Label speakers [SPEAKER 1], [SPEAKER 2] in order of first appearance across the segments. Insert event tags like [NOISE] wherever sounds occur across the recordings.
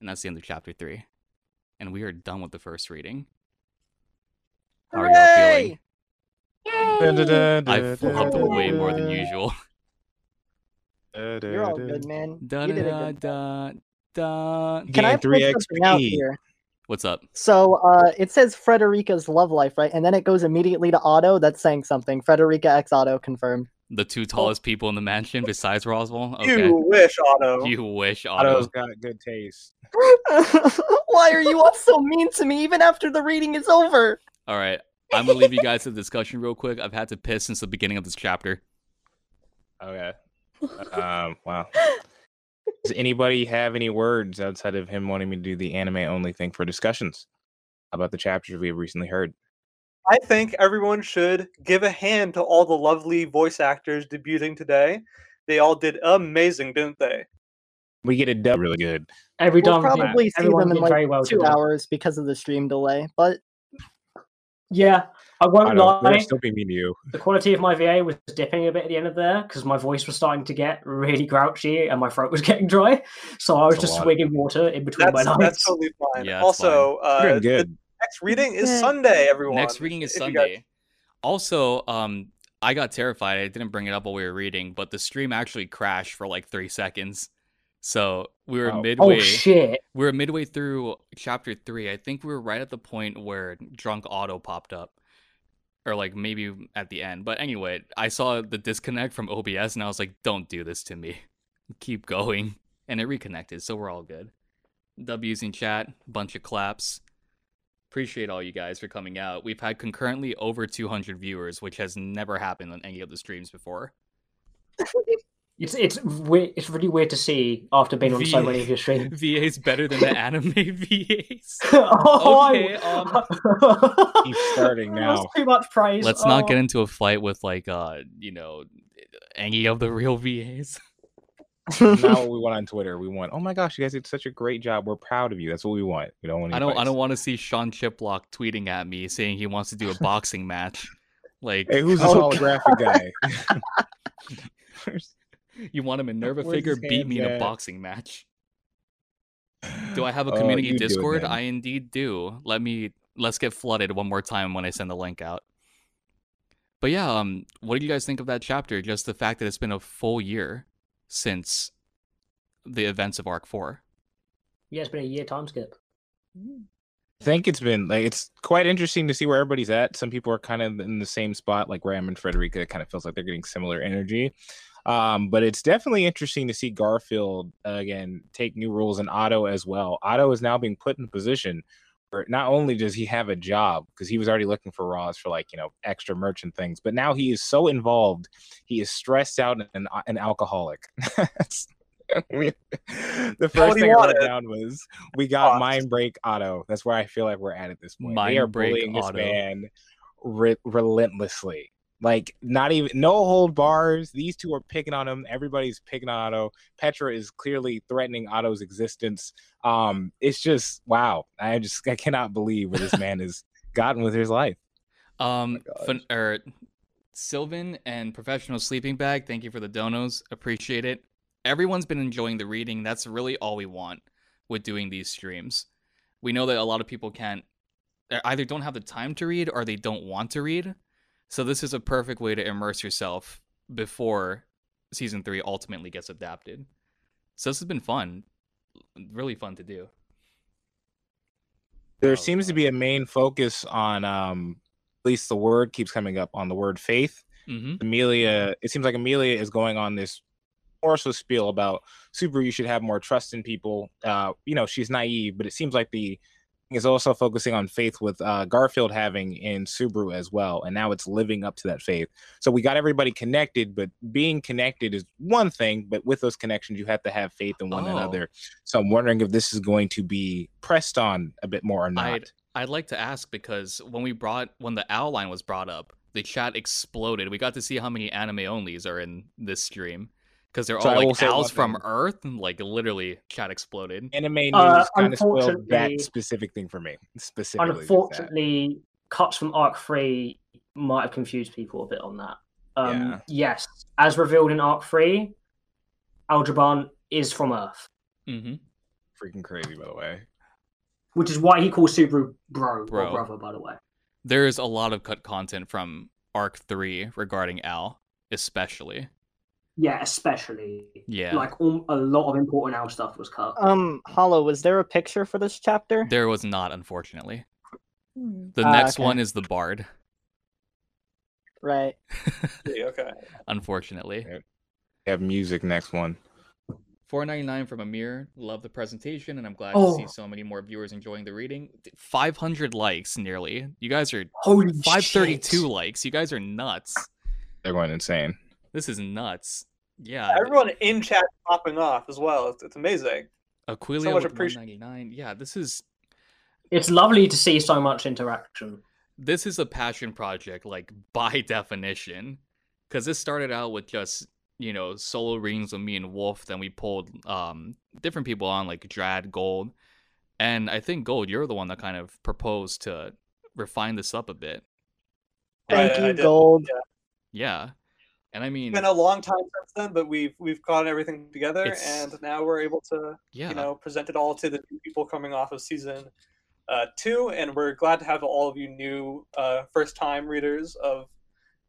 [SPEAKER 1] and that's the end of chapter three. And we are done with the first reading. How are y'all
[SPEAKER 2] Hooray!
[SPEAKER 1] feeling? I flubbed way more than usual. [LAUGHS]
[SPEAKER 2] You're all good, man.
[SPEAKER 1] Da
[SPEAKER 2] you did a
[SPEAKER 1] da
[SPEAKER 2] good job.
[SPEAKER 1] da da.
[SPEAKER 2] Can I
[SPEAKER 3] Gain three
[SPEAKER 2] point something out
[SPEAKER 3] XP.
[SPEAKER 2] here?
[SPEAKER 1] What's up?
[SPEAKER 2] So uh, it says Frederica's love life, right? And then it goes immediately to Otto. That's saying something. Frederica X Otto confirmed.
[SPEAKER 1] The two tallest people in the mansion besides Roswell? Okay.
[SPEAKER 4] You wish, Otto.
[SPEAKER 1] You wish,
[SPEAKER 3] Otto's
[SPEAKER 1] Otto.
[SPEAKER 3] got good taste.
[SPEAKER 2] [LAUGHS] Why are you all so mean to me even after the reading is over?
[SPEAKER 1] All right. I'm going to leave you guys to the discussion real quick. I've had to piss since the beginning of this chapter. [LAUGHS]
[SPEAKER 3] Okay. Um. Wow. Does anybody have any words outside of him wanting me to do the anime only thing for discussions about the chapters we have recently heard?
[SPEAKER 4] I think everyone should give a hand to all the lovely voice actors debuting today. They all did amazing, didn't they?
[SPEAKER 3] We get a dub really good.
[SPEAKER 5] Every
[SPEAKER 2] We'll
[SPEAKER 5] Dom did.
[SPEAKER 2] probably see
[SPEAKER 5] Everyone
[SPEAKER 2] them in
[SPEAKER 5] did
[SPEAKER 2] like
[SPEAKER 5] very well
[SPEAKER 2] Two
[SPEAKER 5] today.
[SPEAKER 2] hours because of the stream delay, but
[SPEAKER 5] Yeah, I won't
[SPEAKER 3] Otto,
[SPEAKER 5] lie.
[SPEAKER 3] they're still being mean to you.
[SPEAKER 5] The quality of my VA was dipping a bit at the end of there because my voice was starting to get really grouchy and my throat was [LAUGHS] getting dry. So I was
[SPEAKER 3] That's a
[SPEAKER 5] just
[SPEAKER 3] lot.
[SPEAKER 5] swigging water in between
[SPEAKER 2] [LAUGHS]
[SPEAKER 4] That's,
[SPEAKER 5] my
[SPEAKER 4] that's
[SPEAKER 5] nights.
[SPEAKER 4] totally fine.
[SPEAKER 1] Yeah, that's
[SPEAKER 4] also,
[SPEAKER 3] You're
[SPEAKER 4] Uh,
[SPEAKER 3] doing
[SPEAKER 4] the
[SPEAKER 3] good.
[SPEAKER 4] next reading is
[SPEAKER 2] Yeah.
[SPEAKER 4] Sunday, everyone.
[SPEAKER 1] Next reading is
[SPEAKER 4] If you guys-
[SPEAKER 1] Sunday. Also, um, I got terrified. I didn't bring it up while we were reading, but the stream actually crashed for like three seconds. So we were
[SPEAKER 3] Oh. Oh,
[SPEAKER 5] Oh
[SPEAKER 1] midway.
[SPEAKER 5] shit!
[SPEAKER 1] we were midway through chapter three. I think we were right at the point where drunk Otto popped up, or like maybe at the end. But anyway, I saw the disconnect from OBS, and I was like, "Don't do this to me. [LAUGHS] Keep going." And it reconnected, so we're all good. W's in chat, bunch of claps. Appreciate all you guys for coming out. We've had concurrently over 200 viewers, which has never happened on any of the streams before.
[SPEAKER 5] It's it's weird, it's really weird to see after being on so many of
[SPEAKER 3] [LAUGHS]
[SPEAKER 5] your streams. [LAUGHS]
[SPEAKER 1] VA's better than the anime [LAUGHS] VAs.
[SPEAKER 5] oh,
[SPEAKER 1] Okay, um,
[SPEAKER 5] [LAUGHS]
[SPEAKER 3] Keep starting
[SPEAKER 5] That's
[SPEAKER 3] now.
[SPEAKER 5] too much praise.
[SPEAKER 1] Let's
[SPEAKER 5] Oh.
[SPEAKER 1] not
[SPEAKER 3] uh,
[SPEAKER 1] get into a fight with like uh you know any of the [LAUGHS] real VAs.
[SPEAKER 3] Not what we want on Twitter. We want. Oh my gosh, you guys did such a great job. We're proud of you. That's what we want. We don't want.
[SPEAKER 1] I don't I don't want to see Sean Chiplock tweeting at me saying he wants to do a boxing
[SPEAKER 3] [LAUGHS]
[SPEAKER 1] match. Like
[SPEAKER 3] Hey, who's this
[SPEAKER 2] Oh,
[SPEAKER 3] holographic guy? [LAUGHS] Where's-
[SPEAKER 1] you want a Minerva
[SPEAKER 3] Where's
[SPEAKER 1] figure
[SPEAKER 3] his
[SPEAKER 1] beat
[SPEAKER 3] hands
[SPEAKER 1] me in a
[SPEAKER 3] at?
[SPEAKER 1] boxing match. Do I have a
[SPEAKER 3] Oh,
[SPEAKER 1] community
[SPEAKER 3] you do it
[SPEAKER 1] Discord?
[SPEAKER 3] then.
[SPEAKER 1] I indeed do. Let me let's get flooded one more time when I send the link out. But yeah, um, what do you guys think of that chapter? Just the fact that it's been a full year since the events of Arc Four.
[SPEAKER 5] Yeah, it's been a year time skip.
[SPEAKER 3] I think it's been like it's quite interesting to see where everybody's at. Some people are kind of in the same spot, like Ram and Frederica. It kind of feels like they're getting similar energy. Um, but it's definitely interesting to see Garfield uh, again take new roles and Otto as well. Otto is now being put in a position where not only does he have a job because he was already looking for Roz for like you know extra merch and things, but now he is so involved, he is stressed out and uh, an alcoholic. [LAUGHS] That's- we- [LAUGHS] the first
[SPEAKER 4] he
[SPEAKER 3] thing I wrote
[SPEAKER 4] wanted.
[SPEAKER 3] down was we got
[SPEAKER 4] Thoughts?
[SPEAKER 3] mind break Otto. That's where I feel like we're at at this point.
[SPEAKER 1] Mind
[SPEAKER 3] they are
[SPEAKER 1] break
[SPEAKER 3] bullying this
[SPEAKER 1] Otto.
[SPEAKER 3] man re- relentlessly. Like not even no hold bars. These two are picking on him. Everybody's picking on Otto. Petra is clearly threatening Otto's existence. Um, it's just wow. I just I cannot believe where this
[SPEAKER 1] [LAUGHS]
[SPEAKER 3] man has gotten with his life.
[SPEAKER 1] Um,
[SPEAKER 3] gosh.
[SPEAKER 1] fin- er, Sylvan and Professional Sleeping Bag, thank you for the donos. Appreciate it. Everyone's been enjoying the reading. That's really all we want with doing these streams. We know that a lot of people can't they either don't have the time to read or they don't want to read. So this is a perfect way to immerse yourself before season 3 ultimately gets adapted. So this has been fun. Really fun to do.
[SPEAKER 3] there
[SPEAKER 1] Oh,
[SPEAKER 3] seems to
[SPEAKER 1] God.
[SPEAKER 3] be a main focus on um at least the word keeps coming up on the word faith
[SPEAKER 1] Mhm.
[SPEAKER 3] amelia it seems like amelia is going on this morsel spiel about subaru you should have more trust in people uh you know she's naive but it seems like the thing is also focusing on faith with uh garfield having in subaru as well and now it's living up to that faith so we got everybody connected but being connected is one thing but with those connections you have to have faith in one
[SPEAKER 1] Oh.
[SPEAKER 3] another so i'm wondering if this is going to be pressed on a bit more or not
[SPEAKER 1] I'd- I'd like to ask because when we brought when the owl line was brought up, the chat exploded. We got to see how many anime onlys are in this stream because they're
[SPEAKER 3] So
[SPEAKER 1] all
[SPEAKER 3] I will
[SPEAKER 1] like
[SPEAKER 3] say one
[SPEAKER 1] owls from
[SPEAKER 3] thing.
[SPEAKER 1] Earth, and like literally chat exploded.
[SPEAKER 3] anime news
[SPEAKER 5] Uh,
[SPEAKER 3] kind of spoiled
[SPEAKER 5] unfortunately-
[SPEAKER 3] that specific thing for me. Specifically, just that.
[SPEAKER 5] Unfortunately, cuts from Arc 3 might have confused people a bit on that. Um,
[SPEAKER 3] Yeah.
[SPEAKER 5] Yes, as revealed in Arc 3, Aldebaran is from Earth.
[SPEAKER 1] hmm
[SPEAKER 3] freaking crazy, by the way.
[SPEAKER 5] which is why he calls Subaru bro,
[SPEAKER 1] Bro.
[SPEAKER 5] or brother, by the way.
[SPEAKER 1] There is a lot of cut content from Arc Three regarding Al, especially.
[SPEAKER 5] Yeah, especially.
[SPEAKER 1] Yeah.
[SPEAKER 5] Like um, a lot of important Al stuff was cut.
[SPEAKER 2] Um, Hollow, was there a picture for this chapter?
[SPEAKER 1] There was not, unfortunately. The
[SPEAKER 2] Ah,
[SPEAKER 1] next
[SPEAKER 2] okay.
[SPEAKER 1] one is the Bard,
[SPEAKER 2] Right.
[SPEAKER 1] [LAUGHS]
[SPEAKER 4] Yeah, okay.
[SPEAKER 1] unfortunately.
[SPEAKER 3] We have music next one.
[SPEAKER 1] Four ninety nine from Amir. Love the presentation, and I'm glad to
[SPEAKER 5] Oh.
[SPEAKER 1] see so many more viewers enjoying the reading. Five hundred likes, nearly. You guys are
[SPEAKER 5] Holy
[SPEAKER 1] five thirty two
[SPEAKER 5] shit.
[SPEAKER 1] likes. You guys are nuts.
[SPEAKER 3] They're going insane.
[SPEAKER 1] This is nuts. Yeah. th-
[SPEAKER 4] Everyone in chat popping off as well. It's, it's amazing.
[SPEAKER 1] Aquilia
[SPEAKER 4] much
[SPEAKER 1] with
[SPEAKER 4] appreci-
[SPEAKER 1] 199. Yeah, this is
[SPEAKER 5] It's lovely to see so much interaction.
[SPEAKER 1] this is a passion project, like [LAUGHS] by definition, because this started out with just you know solo readings with me and Wolf. Then we pulled um different people on, like Drad, Gold, and I think Gold, you're the one that kind of proposed to refine this up a bit. And-
[SPEAKER 2] Thank
[SPEAKER 4] I
[SPEAKER 2] you,
[SPEAKER 4] did,
[SPEAKER 2] Gold.
[SPEAKER 1] yeah, and I mean,
[SPEAKER 4] It's been a long time since then, but we've we've gotten everything together,
[SPEAKER 1] It's-
[SPEAKER 4] and now we're able to
[SPEAKER 1] yeah,
[SPEAKER 4] you know present it all to the new people coming off of season uh, two, and we're glad to have all of you new uh, first time readers of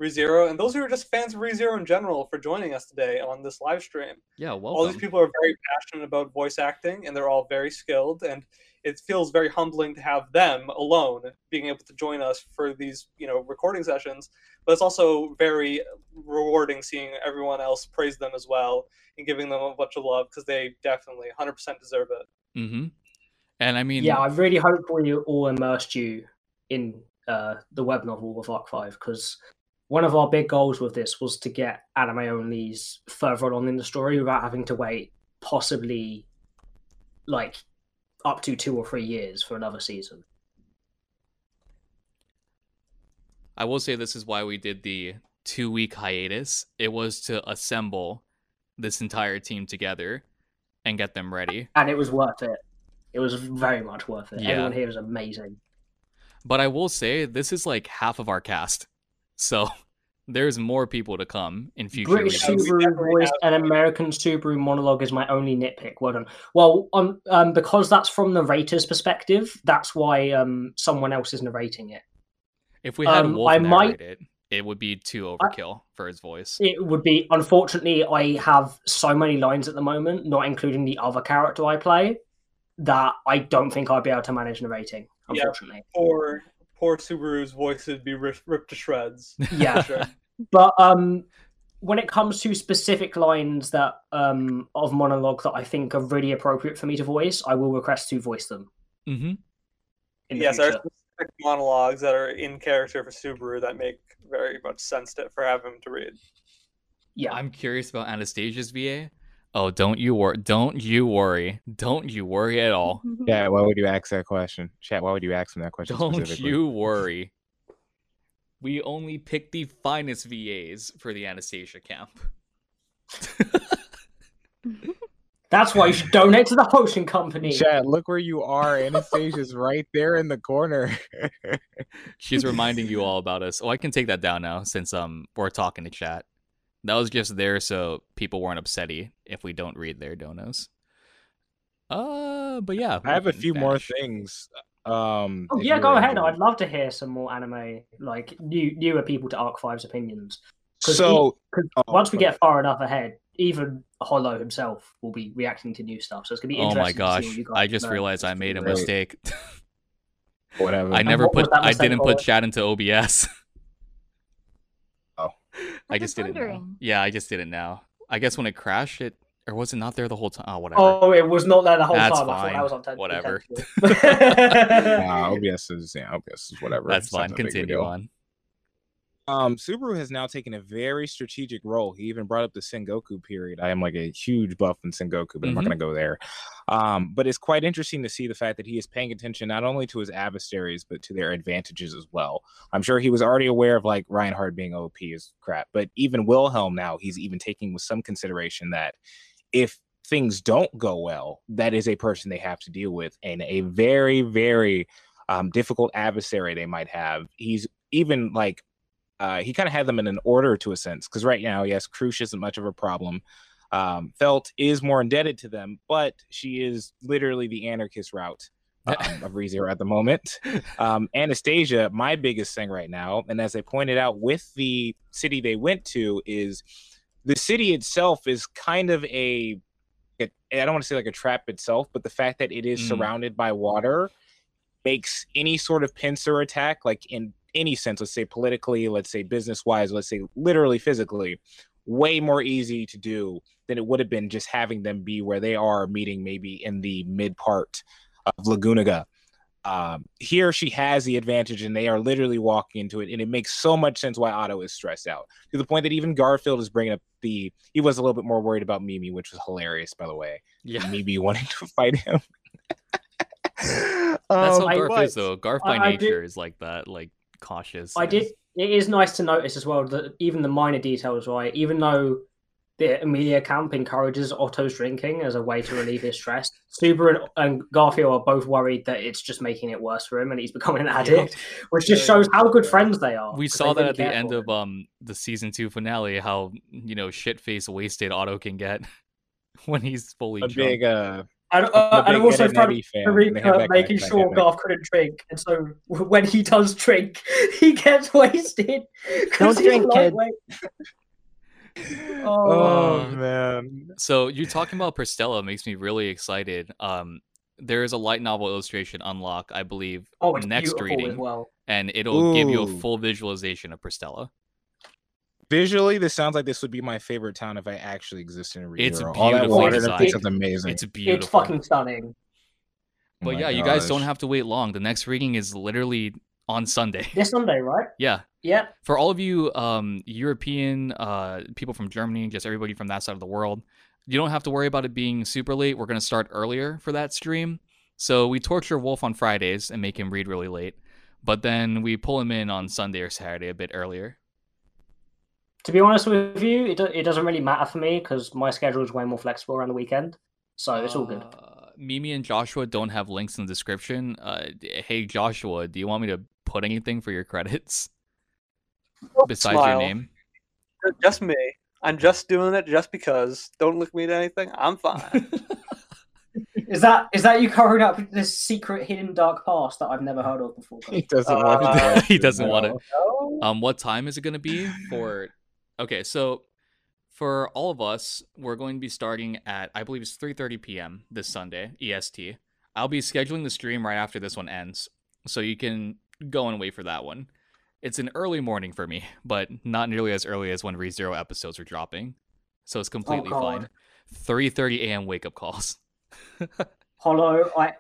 [SPEAKER 4] ReZero, and those who are just fans of ReZero in general for joining us today on this live stream.
[SPEAKER 1] yeah, welcome.
[SPEAKER 4] all these people are very passionate about voice acting and they're all very skilled and it feels very humbling to have them alone being able to join us for these you know recording sessions but it's also very rewarding seeing everyone else praise them as well and giving them a bunch of love because they definitely 100% deserve it
[SPEAKER 1] hmm And I mean,
[SPEAKER 5] yeah, I really hope we all immersed you in uh, the web novel of Arc 5 because one of our big goals with this was to get anime onlys further on in the story without having to wait possibly like up to two or three years for another season.
[SPEAKER 1] I will say this is why we did the two week hiatus. It was to assemble this entire team together and get them ready.
[SPEAKER 5] and it was worth it. It was very much worth it.
[SPEAKER 1] Yeah.
[SPEAKER 5] Everyone here is amazing.
[SPEAKER 1] But I will say this is like half of our cast. So [LAUGHS] there's more people to come in future.
[SPEAKER 5] British
[SPEAKER 1] readings.
[SPEAKER 4] Yeah, we
[SPEAKER 5] Subaru
[SPEAKER 4] definitely
[SPEAKER 5] voice
[SPEAKER 4] have-
[SPEAKER 5] and American Subaru monologue is my only nitpick. Well done. Well, on um, because that's from narrator's perspective, that's why um, someone else is narrating it.
[SPEAKER 1] If we had
[SPEAKER 5] Um,
[SPEAKER 1] Wolf
[SPEAKER 5] I might-
[SPEAKER 1] narrate it, it would be too overkill for his voice.
[SPEAKER 5] It would be unfortunately, I have so many lines at the moment, not including the other character I play, that I don't think I'd be able to manage narrating.
[SPEAKER 4] Yeah.
[SPEAKER 5] Unfortunately.
[SPEAKER 4] poor poor subaru's voice would be ripped, ripped to shreds
[SPEAKER 5] yeah. [LAUGHS]
[SPEAKER 4] sure.
[SPEAKER 5] but um when it comes to specific lines that um of monologue that I think are really appropriate for me to voice, I will request to voice them
[SPEAKER 1] hmm
[SPEAKER 5] in the
[SPEAKER 4] yes there are
[SPEAKER 5] future.
[SPEAKER 4] specific monologues that are in character for subaru that make very much sense to, for having him to read
[SPEAKER 5] Yeah.
[SPEAKER 1] I'm curious about Anastasia's VA. Oh, don't you worry. Don't you worry. Don't you worry at all.
[SPEAKER 5] Mm-hmm.
[SPEAKER 3] Yeah, why would you ask that question? Chat, why would you ask them that question?
[SPEAKER 1] Don't
[SPEAKER 3] specifically?
[SPEAKER 1] you worry. We only pick the finest VAs for the Anastasia camp.
[SPEAKER 5] That's why you should donate to the hosting company.
[SPEAKER 3] Chat, look where you are. Anastasia's right there in the
[SPEAKER 1] [LAUGHS]
[SPEAKER 3] corner.
[SPEAKER 1] She's reminding you all about us. Oh, I can take that down now since um we're talking to chat. That was just there so people weren't upsetty if we don't read their donos. Uh, but yeah,
[SPEAKER 3] I have a
[SPEAKER 1] Vulcan
[SPEAKER 3] few more
[SPEAKER 1] vanish.
[SPEAKER 3] things. Um,
[SPEAKER 5] Oh,
[SPEAKER 3] if
[SPEAKER 5] yeah,
[SPEAKER 3] you
[SPEAKER 5] go
[SPEAKER 3] were
[SPEAKER 5] ahead.
[SPEAKER 3] into
[SPEAKER 5] I'd
[SPEAKER 3] it.
[SPEAKER 5] love to hear some more anime, like new newer people to Arc 5's opinions. 'Cause
[SPEAKER 3] So
[SPEAKER 5] Because
[SPEAKER 3] oh,
[SPEAKER 5] once we
[SPEAKER 3] sorry.
[SPEAKER 5] get far enough ahead, even Hollow himself will be reacting to new stuff. So it's gonna be
[SPEAKER 1] Oh
[SPEAKER 5] interesting.
[SPEAKER 1] my
[SPEAKER 5] to see what
[SPEAKER 1] gosh!
[SPEAKER 5] you guys
[SPEAKER 1] I just
[SPEAKER 5] learn.
[SPEAKER 1] realized I made a
[SPEAKER 3] Right.
[SPEAKER 1] mistake. [LAUGHS]
[SPEAKER 3] whatever.
[SPEAKER 1] I never
[SPEAKER 5] what was
[SPEAKER 1] put.
[SPEAKER 5] that
[SPEAKER 1] I
[SPEAKER 5] mistake
[SPEAKER 1] didn't put
[SPEAKER 5] for?
[SPEAKER 1] chat into OBS.
[SPEAKER 3] Oh.
[SPEAKER 1] I
[SPEAKER 6] I'm
[SPEAKER 1] just
[SPEAKER 6] just
[SPEAKER 1] did it now.
[SPEAKER 6] wondering.
[SPEAKER 1] Yeah, I just did it now. I guess when it crashed, it or was it not there the whole time? Oh, whatever.
[SPEAKER 5] Oh, it was not there the whole
[SPEAKER 1] That's
[SPEAKER 5] time. I thought
[SPEAKER 1] fine.
[SPEAKER 5] that was on
[SPEAKER 1] Whatever.
[SPEAKER 3] [LAUGHS]
[SPEAKER 5] [LAUGHS]
[SPEAKER 3] Nah, OBS is yeah, OBS is whatever.
[SPEAKER 1] That's
[SPEAKER 3] It's
[SPEAKER 1] fine.
[SPEAKER 3] not that big of a
[SPEAKER 1] Continue
[SPEAKER 3] deal.
[SPEAKER 1] on.
[SPEAKER 3] Um, Subaru has now taken a very strategic role. He even brought up the Sengoku period. I am like a huge buff in Sengoku, but I'm not
[SPEAKER 1] Mhm.
[SPEAKER 3] going to go there. Um, but it's quite interesting to see the fact that he is paying attention not only to his adversaries but to their advantages as well. I'm sure he was already aware of like Reinhard being OP is crap, but even Wilhelm now he's even taking with some consideration that if things don't go well, that is a person they have to deal with and a very very um, difficult adversary they might have. He's even like uh, he kind of had them in an order to a sense because right now, yes, Crush isn't much of a problem. um, Felt is more indebted to them, but she is literally the anarchist route
[SPEAKER 5] Uh-uh.
[SPEAKER 3] um, of ReZero at the moment. Um, Anastasia, my biggest thing right now, and as I pointed out with the city they went to, is the city itself is kind of a, it- I don't want to say like a trap itself, but the fact that it is
[SPEAKER 1] Mm.
[SPEAKER 3] surrounded by water makes any sort of pincer attack, like in any sense, let's say politically, let's say business wise, let's say literally physically, way more easy to do than it would have been just having them be where they are, meeting maybe in the mid part of Lagunaga. Um, here she has the advantage, and they are literally walking into it, and it makes so much sense why Otto is stressed out to the point that even Garfield is bringing up the he was a little bit more worried about Mimi, which was hilarious, by the way.
[SPEAKER 1] [LAUGHS] Yeah.
[SPEAKER 5] [LAUGHS]
[SPEAKER 3] Mimi [LAUGHS] wanting to fight him.
[SPEAKER 1] That's how
[SPEAKER 3] Um,
[SPEAKER 1] Garf
[SPEAKER 3] but-
[SPEAKER 1] is though. Garf
[SPEAKER 5] Oh, I-
[SPEAKER 1] by
[SPEAKER 5] I did-
[SPEAKER 1] nature is like that, like cautious.
[SPEAKER 5] I
[SPEAKER 1] and-
[SPEAKER 5] did. It is nice to notice as well that even the minor details, right? Even though the Amelia camp encourages Otto's drinking as a way to relieve his stress, Super and, and Garfield are both worried that it's just making it worse for him and he's becoming an addict, which just
[SPEAKER 4] Yeah, yeah,
[SPEAKER 5] shows how good
[SPEAKER 4] yeah.
[SPEAKER 5] friends they are.
[SPEAKER 1] We
[SPEAKER 5] 'cause
[SPEAKER 1] saw
[SPEAKER 5] they
[SPEAKER 1] that at the
[SPEAKER 5] really care
[SPEAKER 1] end
[SPEAKER 5] for
[SPEAKER 1] of
[SPEAKER 5] him.
[SPEAKER 1] um the season two finale, how you know shit face wasted Otto can get [LAUGHS] when he's fully
[SPEAKER 3] a
[SPEAKER 1] drunk.
[SPEAKER 3] big uh
[SPEAKER 5] and,
[SPEAKER 3] a
[SPEAKER 5] uh, and
[SPEAKER 3] big
[SPEAKER 5] also
[SPEAKER 3] Ed and
[SPEAKER 5] Fred-
[SPEAKER 3] Eddie fan, and they have that
[SPEAKER 5] Marika uh, making
[SPEAKER 3] connection, I
[SPEAKER 5] sure
[SPEAKER 3] get that.
[SPEAKER 5] Garth couldn't drink, and so [LAUGHS] w- when he does drink, he gets [LAUGHS] wasted. 'cause
[SPEAKER 2] Don't
[SPEAKER 5] he's
[SPEAKER 2] drink, kid.
[SPEAKER 5] lightweight.
[SPEAKER 3] Oh
[SPEAKER 1] Oh.
[SPEAKER 3] man.
[SPEAKER 1] So you
[SPEAKER 3] [LAUGHS]
[SPEAKER 1] talking about Pristella makes me really excited. Um, there is a light novel illustration unlock, I believe,
[SPEAKER 5] Oh, it's
[SPEAKER 1] next
[SPEAKER 5] beautiful
[SPEAKER 1] reading,
[SPEAKER 5] as well.
[SPEAKER 1] and it'll give you a
[SPEAKER 3] Ooh.
[SPEAKER 1] full visualization of Pristella.
[SPEAKER 3] Visually, this sounds like this would be my favorite town if I actually existed in Rio.
[SPEAKER 1] It's
[SPEAKER 3] All that
[SPEAKER 1] beautiful
[SPEAKER 3] water and
[SPEAKER 1] design.
[SPEAKER 3] everything sounds amazing.
[SPEAKER 1] It's beautiful.
[SPEAKER 5] It's fucking
[SPEAKER 3] Oh
[SPEAKER 5] stunning.
[SPEAKER 1] But
[SPEAKER 3] my
[SPEAKER 1] yeah, you guys don't
[SPEAKER 3] gosh.
[SPEAKER 1] have to wait long. The next reading is literally on Sunday.
[SPEAKER 5] This Sunday, right?
[SPEAKER 1] [LAUGHS] yeah.
[SPEAKER 5] Yeah.
[SPEAKER 1] For all of you um European uh people from Germany, just everybody from that side of the world, you don't have to worry about it being super late. We're gonna start earlier for that stream. So we torture Wolf on Fridays and make him read really late. But then we pull him in on Sunday or Saturday a bit earlier.
[SPEAKER 5] To be honest with you, it, do- it doesn't really matter for me because my schedule is way more flexible around the weekend, so it's all good.
[SPEAKER 1] Uh, Mimi and Joshua don't have links in the description. Uh, d- hey Joshua, do you want me to put anything for your credits [LAUGHS] besides
[SPEAKER 4] Smile.
[SPEAKER 1] your name?
[SPEAKER 4] Just me. I'm just doing it just because. Don't look me at anything. I'm fine.
[SPEAKER 5] Is that is that you covering up this secret hidden dark past that I've never heard
[SPEAKER 3] [LAUGHS]
[SPEAKER 5] of before?
[SPEAKER 3] He
[SPEAKER 5] Connor?
[SPEAKER 3] doesn't want
[SPEAKER 4] Uh,
[SPEAKER 3] to.
[SPEAKER 1] he doesn't
[SPEAKER 3] [LAUGHS]
[SPEAKER 1] want to.
[SPEAKER 3] No.
[SPEAKER 4] No?
[SPEAKER 1] Um, what time is it going to be for? Okay, so for all of us, we're going to be starting at I believe it's 3:30 p.m. this Sunday EST. I'll be scheduling the stream right after this one ends, so you can go and wait for that one. It's an early morning for me, [LAUGHS] but not nearly as early as when ReZero episodes are dropping, so it's completely
[SPEAKER 5] God.
[SPEAKER 1] fine. 3:30 a.m. wake up calls.
[SPEAKER 5] Hollow, I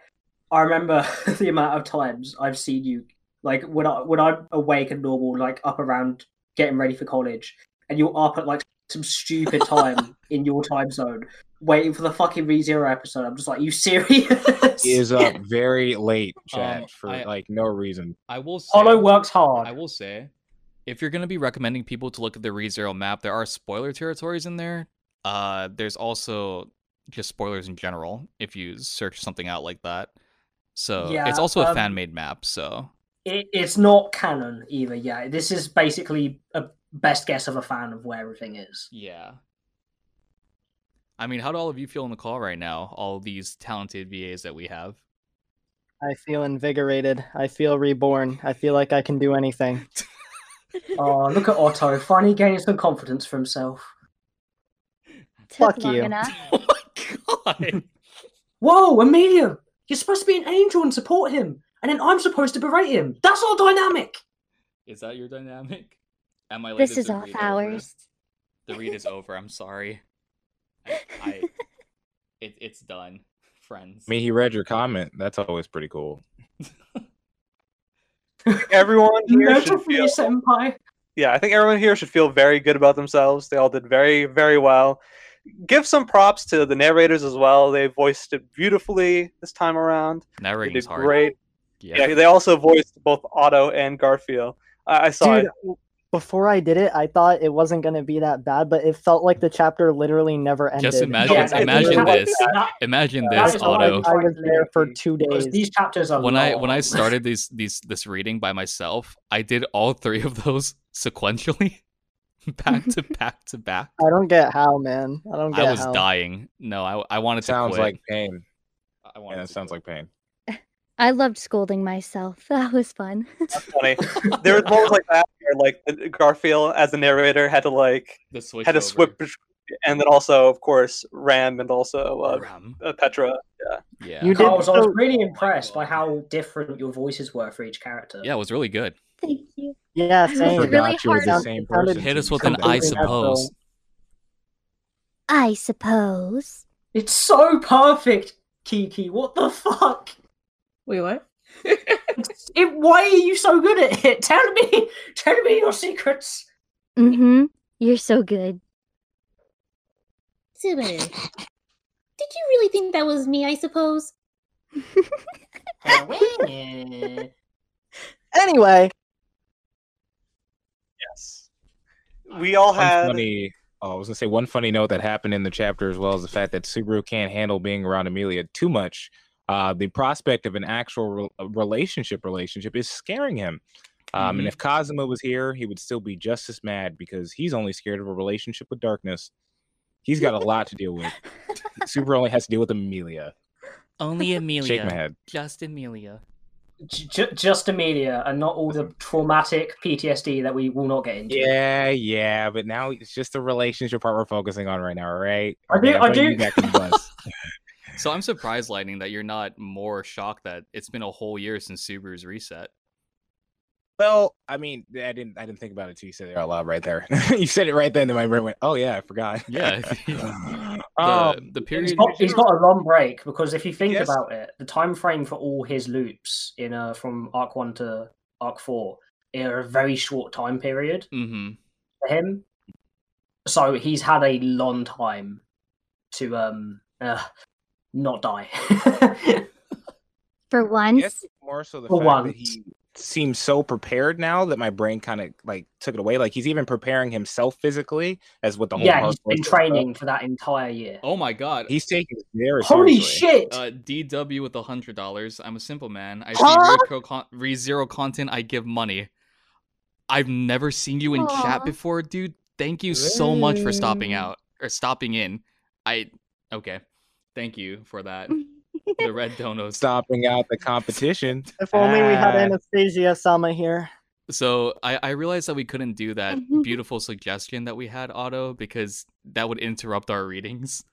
[SPEAKER 5] I remember [LAUGHS] the amount of times I've seen you like when I when I'm awake and normal, like up around getting ready for college, and you're up at like some stupid
[SPEAKER 3] [LAUGHS]
[SPEAKER 5] time in your time zone, waiting for the fucking ReZero episode. I'm just like, you serious?
[SPEAKER 3] Is up very late,
[SPEAKER 1] [LAUGHS]
[SPEAKER 3] chat,
[SPEAKER 1] Um,
[SPEAKER 3] for
[SPEAKER 1] I-
[SPEAKER 3] like no reason.
[SPEAKER 1] I will. Say,
[SPEAKER 5] [LAUGHS] Hollow works hard.
[SPEAKER 1] I will say, if you're going to be recommending people to look at the ReZero map, there are spoiler territories in there. Uh, there's also just spoilers in general if you search something out like that. So
[SPEAKER 5] Yeah,
[SPEAKER 1] it's also a
[SPEAKER 5] um,
[SPEAKER 1] fan made map. So
[SPEAKER 5] it, it's not canon either. Yeah, this is basically a best guess of a fan of where
[SPEAKER 1] [LAUGHS]
[SPEAKER 5] everything is.
[SPEAKER 1] yeah. I mean, how do all of you feel on the call right now? All these talented VAs that we [LAUGHS] have.
[SPEAKER 2] I feel invigorated. I feel reborn. I feel like I can do anything.
[SPEAKER 5] Oh,
[SPEAKER 1] [LAUGHS]
[SPEAKER 5] look at Otto finally gaining some confidence for himself.
[SPEAKER 2] Fuck
[SPEAKER 6] long
[SPEAKER 2] you.
[SPEAKER 1] [LAUGHS]
[SPEAKER 6] enough.
[SPEAKER 1] oh my [LAUGHS] god!
[SPEAKER 5] Whoa, Amelia, you're supposed to be an angel and support him, and then I'm supposed to berate him. That's our dynamic.
[SPEAKER 1] is that your dynamic? Am I? Like
[SPEAKER 6] This is
[SPEAKER 1] the
[SPEAKER 6] off
[SPEAKER 1] read over?
[SPEAKER 6] hours.
[SPEAKER 1] The read is over. I'm sorry.
[SPEAKER 6] [LAUGHS]
[SPEAKER 1] I, I [LAUGHS] it, it's done, [LAUGHS] friends.
[SPEAKER 3] I mean, he read your comment. That's always pretty cool.
[SPEAKER 4] Everyone here
[SPEAKER 5] Nurture
[SPEAKER 4] should
[SPEAKER 5] for you,
[SPEAKER 4] feel.
[SPEAKER 5] senpai.
[SPEAKER 4] Yeah, I think everyone here should feel very good about themselves. They all did very, very well. Give some props to the narrators as well. They voiced it beautifully this time around. They
[SPEAKER 1] Narrating
[SPEAKER 4] did
[SPEAKER 1] is hard.
[SPEAKER 4] great. Yeah. they also voiced both Otto and Garfield. I, I saw
[SPEAKER 2] Dude,
[SPEAKER 4] it.
[SPEAKER 2] w- before I did it, I thought it wasn't going to be that bad, but it felt like the chapter literally never ended.
[SPEAKER 1] Just imagine,
[SPEAKER 5] Yeah,
[SPEAKER 1] imagine
[SPEAKER 5] that-
[SPEAKER 1] this,
[SPEAKER 5] that-
[SPEAKER 1] imagine
[SPEAKER 5] that
[SPEAKER 1] this,
[SPEAKER 5] is
[SPEAKER 2] I,
[SPEAKER 1] Otto.
[SPEAKER 5] horrible.
[SPEAKER 2] I was there for two
[SPEAKER 5] because
[SPEAKER 2] days.
[SPEAKER 5] these chapters are
[SPEAKER 1] When I when I
[SPEAKER 5] long.
[SPEAKER 1] started these these this reading by myself, I did all three of those sequentially [LAUGHS] back to back to back.
[SPEAKER 2] I don't get how, man. I don't get
[SPEAKER 1] I was
[SPEAKER 2] how.
[SPEAKER 1] dying. No, I I wanted
[SPEAKER 3] sounds
[SPEAKER 1] to quit.
[SPEAKER 3] like pain.
[SPEAKER 1] I wanted
[SPEAKER 3] Yeah, that
[SPEAKER 1] to
[SPEAKER 3] sounds
[SPEAKER 1] quit.
[SPEAKER 3] like pain.
[SPEAKER 6] I loved scolding myself. [LAUGHS] That was fun.
[SPEAKER 4] That's funny. there was moments like that where like the- Garfield as the narrator had to like
[SPEAKER 1] the switch.
[SPEAKER 4] had to switch, between- and then also of course Ram and also uh,
[SPEAKER 1] Ram.
[SPEAKER 4] uh, Petra.
[SPEAKER 1] Yeah. [LAUGHS]
[SPEAKER 2] You did-
[SPEAKER 5] Carl, so I was
[SPEAKER 2] so-
[SPEAKER 5] really impressed by how different your voices were for each character.
[SPEAKER 1] Yeah, it was really good.
[SPEAKER 6] Thank you.
[SPEAKER 2] Yeah,
[SPEAKER 6] It's
[SPEAKER 2] same.
[SPEAKER 6] really
[SPEAKER 3] Forgot you were the
[SPEAKER 2] hard.
[SPEAKER 3] same
[SPEAKER 2] Sounded-
[SPEAKER 3] person.
[SPEAKER 1] Hit us
[SPEAKER 3] since
[SPEAKER 1] with an
[SPEAKER 3] you
[SPEAKER 1] I
[SPEAKER 3] said that.
[SPEAKER 1] suppose.
[SPEAKER 6] I suppose.
[SPEAKER 5] It's so perfect, Kiki. What the fuck?
[SPEAKER 7] Wait, what?
[SPEAKER 5] It, why are you so good at it? [LAUGHS] Tell me, tell me your secrets.
[SPEAKER 6] Mm-hmm. You're so good.
[SPEAKER 7] Subaru, did you really think that was me? I suppose.
[SPEAKER 2] Anyway,
[SPEAKER 4] Yes, we all
[SPEAKER 3] [LAUGHS] One
[SPEAKER 4] had.
[SPEAKER 3] funny. Oh, I was gonna say one funny note that happened in the chapter as well as the fact that Subaru can't handle being around Amelia too much. Uh, the prospect of an actual re- relationship relationship is scaring him. Um,
[SPEAKER 1] Mhm.
[SPEAKER 3] And if Cosmo was here, he would still be just as mad because he's only scared of a relationship with darkness. He's got a lot to deal with. Subaru only has to deal with Amelia.
[SPEAKER 1] Only Amelia.
[SPEAKER 3] Shake my head.
[SPEAKER 1] Just Amelia.
[SPEAKER 5] J- ju- just Amelia, and not all the traumatic PTSD that we will not get into.
[SPEAKER 3] Yeah, yeah, but now it's just the relationship part we're focusing on right now, all right?
[SPEAKER 5] I do-
[SPEAKER 3] Okay, I'm
[SPEAKER 5] I
[SPEAKER 3] putting you
[SPEAKER 5] do-
[SPEAKER 3] back in the
[SPEAKER 5] [LAUGHS]
[SPEAKER 3] bus.
[SPEAKER 1] So I'm surprised, Lightning, that you're not more shocked that it's been a whole year since Subaru's reset.
[SPEAKER 3] Well, I mean, I didn't. I didn't think about it till you said it out loud right there. [LAUGHS] you said it right then, and my brain went, "Oh yeah, I forgot." [LAUGHS]
[SPEAKER 1] Yeah.
[SPEAKER 2] [LAUGHS]
[SPEAKER 1] The,
[SPEAKER 3] um,
[SPEAKER 1] the
[SPEAKER 5] He's
[SPEAKER 1] period.
[SPEAKER 5] got, he's got a long break because if you think
[SPEAKER 3] Yes.
[SPEAKER 5] about it, the time frame for all his loops in uh, from arc one to arc four are a very short time period
[SPEAKER 1] Mm-hmm.
[SPEAKER 5] for him. So he's had a long time to um uh, not die. [LAUGHS]
[SPEAKER 6] [LAUGHS] For
[SPEAKER 3] I
[SPEAKER 6] once.
[SPEAKER 3] guess more so the
[SPEAKER 5] For
[SPEAKER 3] fact that
[SPEAKER 5] once.
[SPEAKER 3] he seems so prepared now that my brain kind of like took it away. Like he's even preparing himself physically, as what the whole
[SPEAKER 5] yeah,
[SPEAKER 3] part
[SPEAKER 5] he's been
[SPEAKER 3] was.
[SPEAKER 5] training for that entire year.
[SPEAKER 1] Oh my God.
[SPEAKER 3] He's taking it very
[SPEAKER 5] Holy
[SPEAKER 3] seriously.
[SPEAKER 5] shit!
[SPEAKER 1] Uh, DW with a hundred dollars. I'm a simple man. I see
[SPEAKER 2] Huh?
[SPEAKER 1] real co- con- re zero content. I give money. I've never seen you in chat
[SPEAKER 6] Aw.
[SPEAKER 1] before, dude. Thank you so much for stopping
[SPEAKER 3] Ooh.
[SPEAKER 1] out or stopping in. I okay. Thank you for
[SPEAKER 6] [LAUGHS]
[SPEAKER 1] that. The red donos.
[SPEAKER 3] Stopping out the competition.
[SPEAKER 2] if only we had
[SPEAKER 3] Ah.
[SPEAKER 2] Anastasia Sama here.
[SPEAKER 1] So I, I realized that we couldn't do that
[SPEAKER 6] Mhm.
[SPEAKER 1] beautiful suggestion that we had, Otto, because that would interrupt our readings.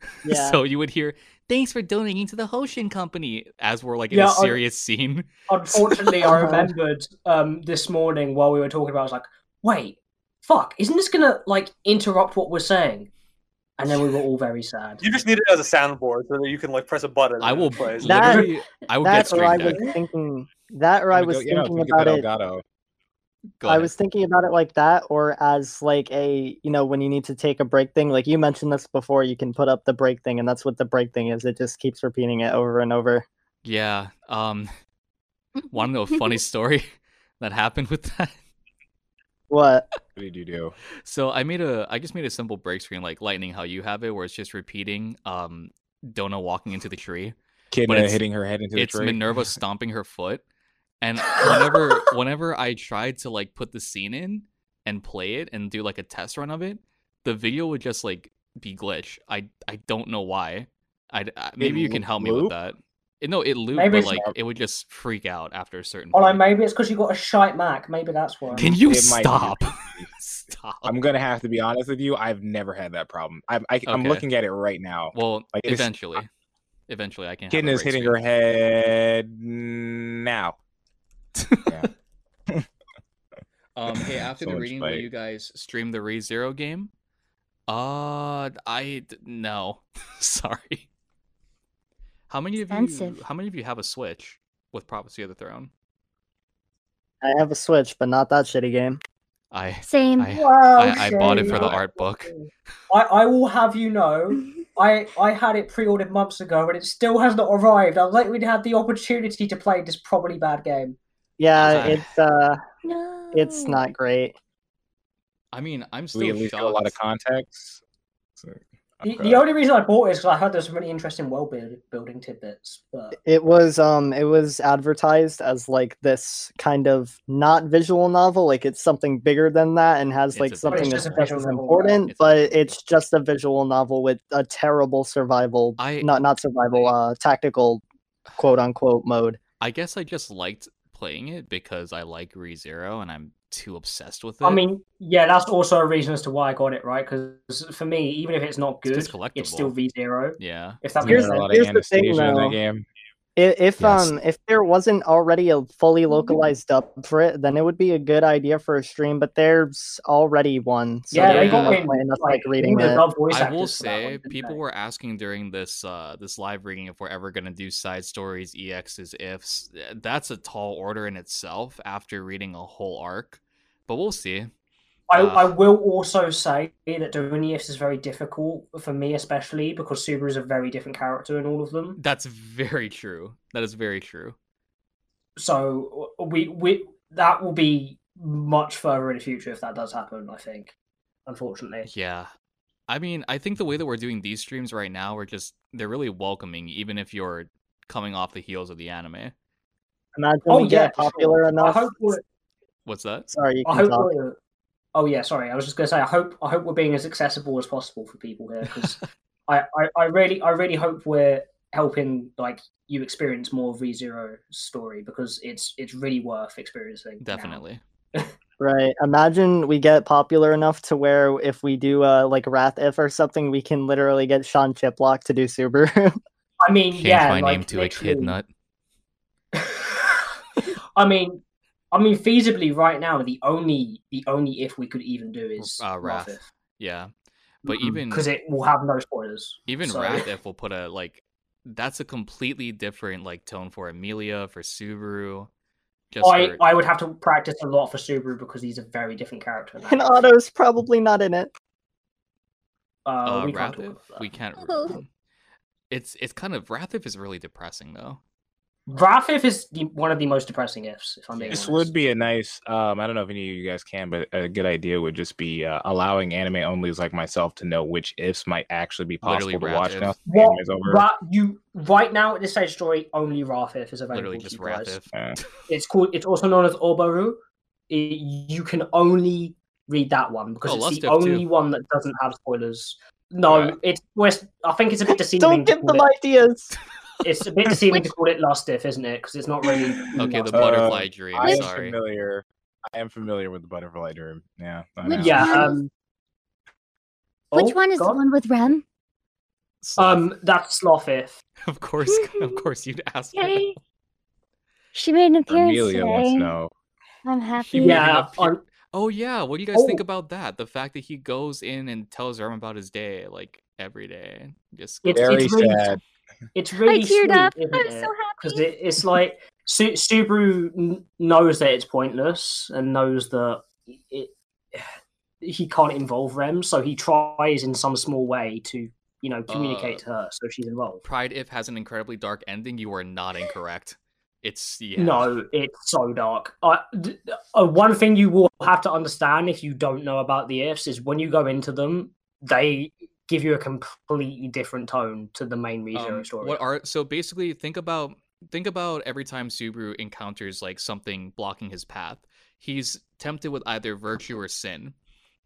[SPEAKER 1] [LAUGHS] [LAUGHS]
[SPEAKER 2] Yeah.
[SPEAKER 1] So you would hear, thanks for donating to the Hoshin Company as we're like in
[SPEAKER 5] Yeah,
[SPEAKER 1] a
[SPEAKER 5] I-
[SPEAKER 1] serious scene.
[SPEAKER 5] [LAUGHS] Unfortunately, I
[SPEAKER 2] Uh-huh.
[SPEAKER 5] remembered um, this morning while we were talking about. it, I was like, "Wait, fuck! Isn't this gonna like interrupt what we're saying?" And then we were all very sad.
[SPEAKER 4] You just need it as a soundboard so that you can like press a button.
[SPEAKER 1] I
[SPEAKER 4] and it
[SPEAKER 1] will
[SPEAKER 4] plays.
[SPEAKER 2] That-
[SPEAKER 1] literally I will get
[SPEAKER 2] That's what I
[SPEAKER 1] straight
[SPEAKER 2] was
[SPEAKER 1] deck.
[SPEAKER 2] thinking. That or
[SPEAKER 3] I'm
[SPEAKER 2] I
[SPEAKER 3] gonna
[SPEAKER 2] was
[SPEAKER 3] go- yeah,
[SPEAKER 2] thinking
[SPEAKER 3] think
[SPEAKER 2] about it.
[SPEAKER 3] Elgato.
[SPEAKER 1] Go
[SPEAKER 2] I
[SPEAKER 1] ahead.
[SPEAKER 2] was thinking about it like that, or as like a you know when you need to take a break thing. Like you mentioned this before, you can put up the break thing, and that's what the break thing is. It just keeps repeating it over and over.
[SPEAKER 1] Yeah.
[SPEAKER 2] [LAUGHS]
[SPEAKER 1] Um wanna
[SPEAKER 6] [LAUGHS]
[SPEAKER 1] know a funny story [LAUGHS] that happened with that?
[SPEAKER 2] What?
[SPEAKER 3] What did you do?
[SPEAKER 1] So I made a I just made a simple break screen like lightning how you have it where it's just repeating um Dona walking into the tree.
[SPEAKER 3] Kidna
[SPEAKER 1] it's-
[SPEAKER 3] uh, hitting her head into the
[SPEAKER 1] it's
[SPEAKER 3] tree. [LAUGHS]
[SPEAKER 1] Minerva stomping her foot. And whenever whenever I tried to like put the scene in and play it and do like a test run of it, the video would just like be glitch. I I don't know why. I, I- maybe you can
[SPEAKER 3] lo-
[SPEAKER 1] help me with
[SPEAKER 3] loop?
[SPEAKER 1] that. It- no, it looped,
[SPEAKER 5] Maybe
[SPEAKER 1] but
[SPEAKER 5] it's
[SPEAKER 1] like
[SPEAKER 3] not-
[SPEAKER 1] it would just freak out after a certain.
[SPEAKER 5] Although
[SPEAKER 1] point.
[SPEAKER 5] maybe it's because you got a shite Mac. Maybe that's why.
[SPEAKER 1] Can you
[SPEAKER 3] It might be
[SPEAKER 1] stop?
[SPEAKER 3] creepy.
[SPEAKER 1] [LAUGHS] stop.
[SPEAKER 3] [LAUGHS] I'm gonna have to be honest with you. I've never had that problem. I've, I, I'm
[SPEAKER 1] Okay.
[SPEAKER 3] looking at it right now.
[SPEAKER 1] Well,
[SPEAKER 3] Like, it is-
[SPEAKER 1] eventually, eventually I can. have
[SPEAKER 3] Kidna
[SPEAKER 1] a
[SPEAKER 3] is
[SPEAKER 1] break
[SPEAKER 3] hitting
[SPEAKER 1] screen.
[SPEAKER 3] her head now.
[SPEAKER 1] Um, hey,
[SPEAKER 3] [LAUGHS]
[SPEAKER 1] after
[SPEAKER 3] So
[SPEAKER 1] the
[SPEAKER 3] much
[SPEAKER 1] reading, will
[SPEAKER 3] fight.
[SPEAKER 1] you guys stream the Re Zero game? Uh, I d- no, [LAUGHS] sorry. How many of
[SPEAKER 6] Expensive.
[SPEAKER 1] you? How many of you have a Switch with Prophecy of the Throne?
[SPEAKER 2] I have a Switch, but not that shitty game.
[SPEAKER 1] I
[SPEAKER 6] Same.
[SPEAKER 1] I
[SPEAKER 5] Wow,
[SPEAKER 1] I- I bought it for the
[SPEAKER 5] Shane.
[SPEAKER 1] art book.
[SPEAKER 5] I, I will have you know, I, I had it pre-ordered months ago, and it still has not arrived. I was like, we'd had the opportunity to play this probably bad game.
[SPEAKER 2] Yeah,
[SPEAKER 1] Okay.
[SPEAKER 2] it's uh,
[SPEAKER 6] no.
[SPEAKER 2] it's not great.
[SPEAKER 1] I mean I'm still
[SPEAKER 3] we at least got a lot of
[SPEAKER 1] shocked.
[SPEAKER 3] contacts.
[SPEAKER 5] The,
[SPEAKER 3] Okay.
[SPEAKER 5] the only reason I bought it is because I heard there's some really interesting world build, building tidbits. But
[SPEAKER 2] It was um it was advertised as like this kind of not visual novel, like it's something bigger than that and has
[SPEAKER 1] It's
[SPEAKER 2] like
[SPEAKER 1] a- But
[SPEAKER 2] something
[SPEAKER 1] it's
[SPEAKER 2] that's
[SPEAKER 1] just
[SPEAKER 2] just
[SPEAKER 5] a
[SPEAKER 2] as
[SPEAKER 5] visual novel,
[SPEAKER 2] important,
[SPEAKER 1] right?
[SPEAKER 2] but
[SPEAKER 1] It's a-
[SPEAKER 2] it's just a visual novel with a terrible survival
[SPEAKER 1] I-
[SPEAKER 2] not not survival, uh tactical quote unquote mode.
[SPEAKER 1] I guess I just liked playing it because I like ReZero and I'm too obsessed with it.
[SPEAKER 5] I mean, yeah, that's also a reason as to why I got it, right? Because for me, even if it's not
[SPEAKER 1] It's
[SPEAKER 5] good,
[SPEAKER 1] just
[SPEAKER 5] it's, still
[SPEAKER 1] collectible.
[SPEAKER 5] V zero.
[SPEAKER 1] yeah.
[SPEAKER 5] If that
[SPEAKER 2] Here's
[SPEAKER 3] There's a
[SPEAKER 5] makes sense.
[SPEAKER 3] lot
[SPEAKER 2] here's
[SPEAKER 3] of
[SPEAKER 2] the thing,
[SPEAKER 3] anesthesia in
[SPEAKER 2] though.
[SPEAKER 3] that game.
[SPEAKER 2] I- If
[SPEAKER 3] Yes.
[SPEAKER 2] um if there wasn't already a fully
[SPEAKER 5] Mm-hmm.
[SPEAKER 2] localized dub for it, then it would be a good idea for a stream. But there's already one. So
[SPEAKER 1] Yeah,
[SPEAKER 5] yeah, they
[SPEAKER 2] there's
[SPEAKER 1] got
[SPEAKER 2] no
[SPEAKER 5] got
[SPEAKER 2] point in
[SPEAKER 5] in,
[SPEAKER 2] us,
[SPEAKER 5] like reading
[SPEAKER 2] it.
[SPEAKER 5] the dub voice
[SPEAKER 1] I
[SPEAKER 5] actors
[SPEAKER 1] will
[SPEAKER 5] for that one,
[SPEAKER 1] say
[SPEAKER 5] didn't
[SPEAKER 1] people
[SPEAKER 5] they?
[SPEAKER 1] were asking during this uh this live reading if we're ever gonna do side stories, EXs, ifs. eh, That's a tall order in itself after reading a whole arc. But we'll see.
[SPEAKER 5] I, I
[SPEAKER 1] uh,
[SPEAKER 5] will also say that doing EFs is very difficult for me, especially because Subaru is a very different character in all of them.
[SPEAKER 1] That's very true. That is very true.
[SPEAKER 5] So we we that will be much further in the future if that does happen. I think, unfortunately.
[SPEAKER 1] Yeah. I mean, I think the way that we're doing these streams right now, we're just they're really welcoming, even if you're coming off the heels of the anime.
[SPEAKER 2] Imagine
[SPEAKER 5] Oh,
[SPEAKER 2] we
[SPEAKER 5] yeah,
[SPEAKER 2] get
[SPEAKER 5] for sure.
[SPEAKER 2] popular
[SPEAKER 5] I
[SPEAKER 2] enough.
[SPEAKER 5] hope we're,
[SPEAKER 1] What's that?
[SPEAKER 2] Sorry, you
[SPEAKER 5] I
[SPEAKER 2] can
[SPEAKER 5] hope.
[SPEAKER 2] talk.
[SPEAKER 5] We're, oh yeah, sorry. I was just gonna say I hope I hope we're being as accessible as possible for people
[SPEAKER 2] [LAUGHS]
[SPEAKER 5] here because I, I I really I really hope we're helping like you experience more V Zero story because it's it's really worth experiencing. now.
[SPEAKER 1] Definitely.
[SPEAKER 2] Right. Imagine we get popular enough to where if we do uh like Wrath If or something, we can literally get Sean Chiplock to do Subaru. [LAUGHS]
[SPEAKER 5] I mean,
[SPEAKER 1] Change
[SPEAKER 5] yeah,
[SPEAKER 1] my
[SPEAKER 5] like,
[SPEAKER 1] name to a kid
[SPEAKER 5] literally-
[SPEAKER 1] nut.
[SPEAKER 5] [LAUGHS] I mean, I mean, feasibly right now, the only the only if we could even do is
[SPEAKER 1] Uh, Wrath. Yeah. But even
[SPEAKER 5] because it will have no spoilers.
[SPEAKER 1] Even
[SPEAKER 5] So-
[SPEAKER 1] Wrath If will put a like that's a completely different like tone for Amelia, for Subaru. Just
[SPEAKER 5] I,
[SPEAKER 1] for-
[SPEAKER 5] I would have to practice a lot for Subaru because he's a very different
[SPEAKER 2] [LAUGHS]
[SPEAKER 5] character. now.
[SPEAKER 2] and Otto's probably not in it.
[SPEAKER 5] Uh,
[SPEAKER 1] uh,
[SPEAKER 5] we can't
[SPEAKER 1] Wrath
[SPEAKER 5] talk
[SPEAKER 1] If.
[SPEAKER 5] about that.
[SPEAKER 1] We can't
[SPEAKER 7] Oh.
[SPEAKER 1] um, it's it's kind of Wrath If is really depressing though.
[SPEAKER 5] Wrath If is the, one of the most depressing ifs. If I'm being
[SPEAKER 3] This
[SPEAKER 5] honest.
[SPEAKER 3] would be a nice. Um, I don't know if any of you guys can, but a good idea would just be uh, allowing anime onlys like myself to know which ifs might actually be possible
[SPEAKER 1] Literally
[SPEAKER 3] to
[SPEAKER 1] Wrath
[SPEAKER 3] watch
[SPEAKER 1] If.
[SPEAKER 3] now. that
[SPEAKER 5] Well,
[SPEAKER 3] anime's over.
[SPEAKER 5] Ra- you right now at this stage of story only Wrath If is available.
[SPEAKER 1] Literally
[SPEAKER 5] to
[SPEAKER 1] just
[SPEAKER 5] you
[SPEAKER 1] Wrath
[SPEAKER 5] guys.
[SPEAKER 1] If.
[SPEAKER 3] [LAUGHS] Yeah.
[SPEAKER 5] It's called. It's also known as Obaru. It- you can only read that one because
[SPEAKER 1] Oh,
[SPEAKER 5] it's
[SPEAKER 1] Lust If
[SPEAKER 5] the
[SPEAKER 1] too.
[SPEAKER 5] only one that doesn't have spoilers. No,
[SPEAKER 3] Right.
[SPEAKER 5] it's. Well, it's- I
[SPEAKER 3] [LAUGHS]
[SPEAKER 5] think it's a bit deceiving.
[SPEAKER 2] Don't
[SPEAKER 5] to
[SPEAKER 2] give
[SPEAKER 5] call
[SPEAKER 2] them
[SPEAKER 5] it-
[SPEAKER 2] ideas.
[SPEAKER 5] [LAUGHS] It's a bit deceiving to call it Lust If, isn't it? Because it's not really.
[SPEAKER 1] Okay, the
[SPEAKER 3] Uh,
[SPEAKER 1] butterfly dream,
[SPEAKER 3] I am
[SPEAKER 1] sorry.
[SPEAKER 3] familiar. I am familiar with the butterfly dream. Yeah. I
[SPEAKER 7] Which
[SPEAKER 3] know.
[SPEAKER 5] Yeah.
[SPEAKER 7] one is-
[SPEAKER 5] Um,
[SPEAKER 6] Which
[SPEAKER 5] Oh,
[SPEAKER 6] one is
[SPEAKER 5] God.
[SPEAKER 6] the one with Rem?
[SPEAKER 1] Sloth.
[SPEAKER 5] Um, that's Sloth If.
[SPEAKER 1] [LAUGHS] of course [LAUGHS] of course you'd ask for that.
[SPEAKER 7] Yay.
[SPEAKER 6] She made an appearance
[SPEAKER 3] Amelia wants to
[SPEAKER 6] today.
[SPEAKER 3] know.
[SPEAKER 6] I'm happy.
[SPEAKER 1] made an
[SPEAKER 5] Yeah,
[SPEAKER 1] appear-
[SPEAKER 5] on,
[SPEAKER 1] Oh yeah, what do you guys think
[SPEAKER 5] Oh.
[SPEAKER 1] about that? The fact that he goes in and tells Rem about his day, like every day. Just
[SPEAKER 5] It's-
[SPEAKER 1] goes-
[SPEAKER 3] Very
[SPEAKER 5] it's really-
[SPEAKER 3] sad.
[SPEAKER 5] it's
[SPEAKER 6] I
[SPEAKER 5] really.
[SPEAKER 6] teared up.
[SPEAKER 5] sweet, isn't
[SPEAKER 6] I'm
[SPEAKER 5] it?
[SPEAKER 6] so
[SPEAKER 5] because
[SPEAKER 6] happy.
[SPEAKER 5] it, it's like Su- Subaru kn- knows that it's pointless and knows that it, [SIGHS] he can't involve Rem, so he tries in some small way to you know communicate
[SPEAKER 1] Uh,
[SPEAKER 5] to her so she's involved.
[SPEAKER 1] Pride If has an incredibly dark ending, you are not incorrect. It's yeah.
[SPEAKER 5] No, it's so dark. I, th- uh, one thing you will have to understand if you don't know about the ifs is when you go into them, they give you a completely different tone to the main ReZero
[SPEAKER 1] Um,
[SPEAKER 5] story.
[SPEAKER 1] What are so basically think about think about every time Subaru encounters like something blocking his path, he's tempted with either virtue or sin.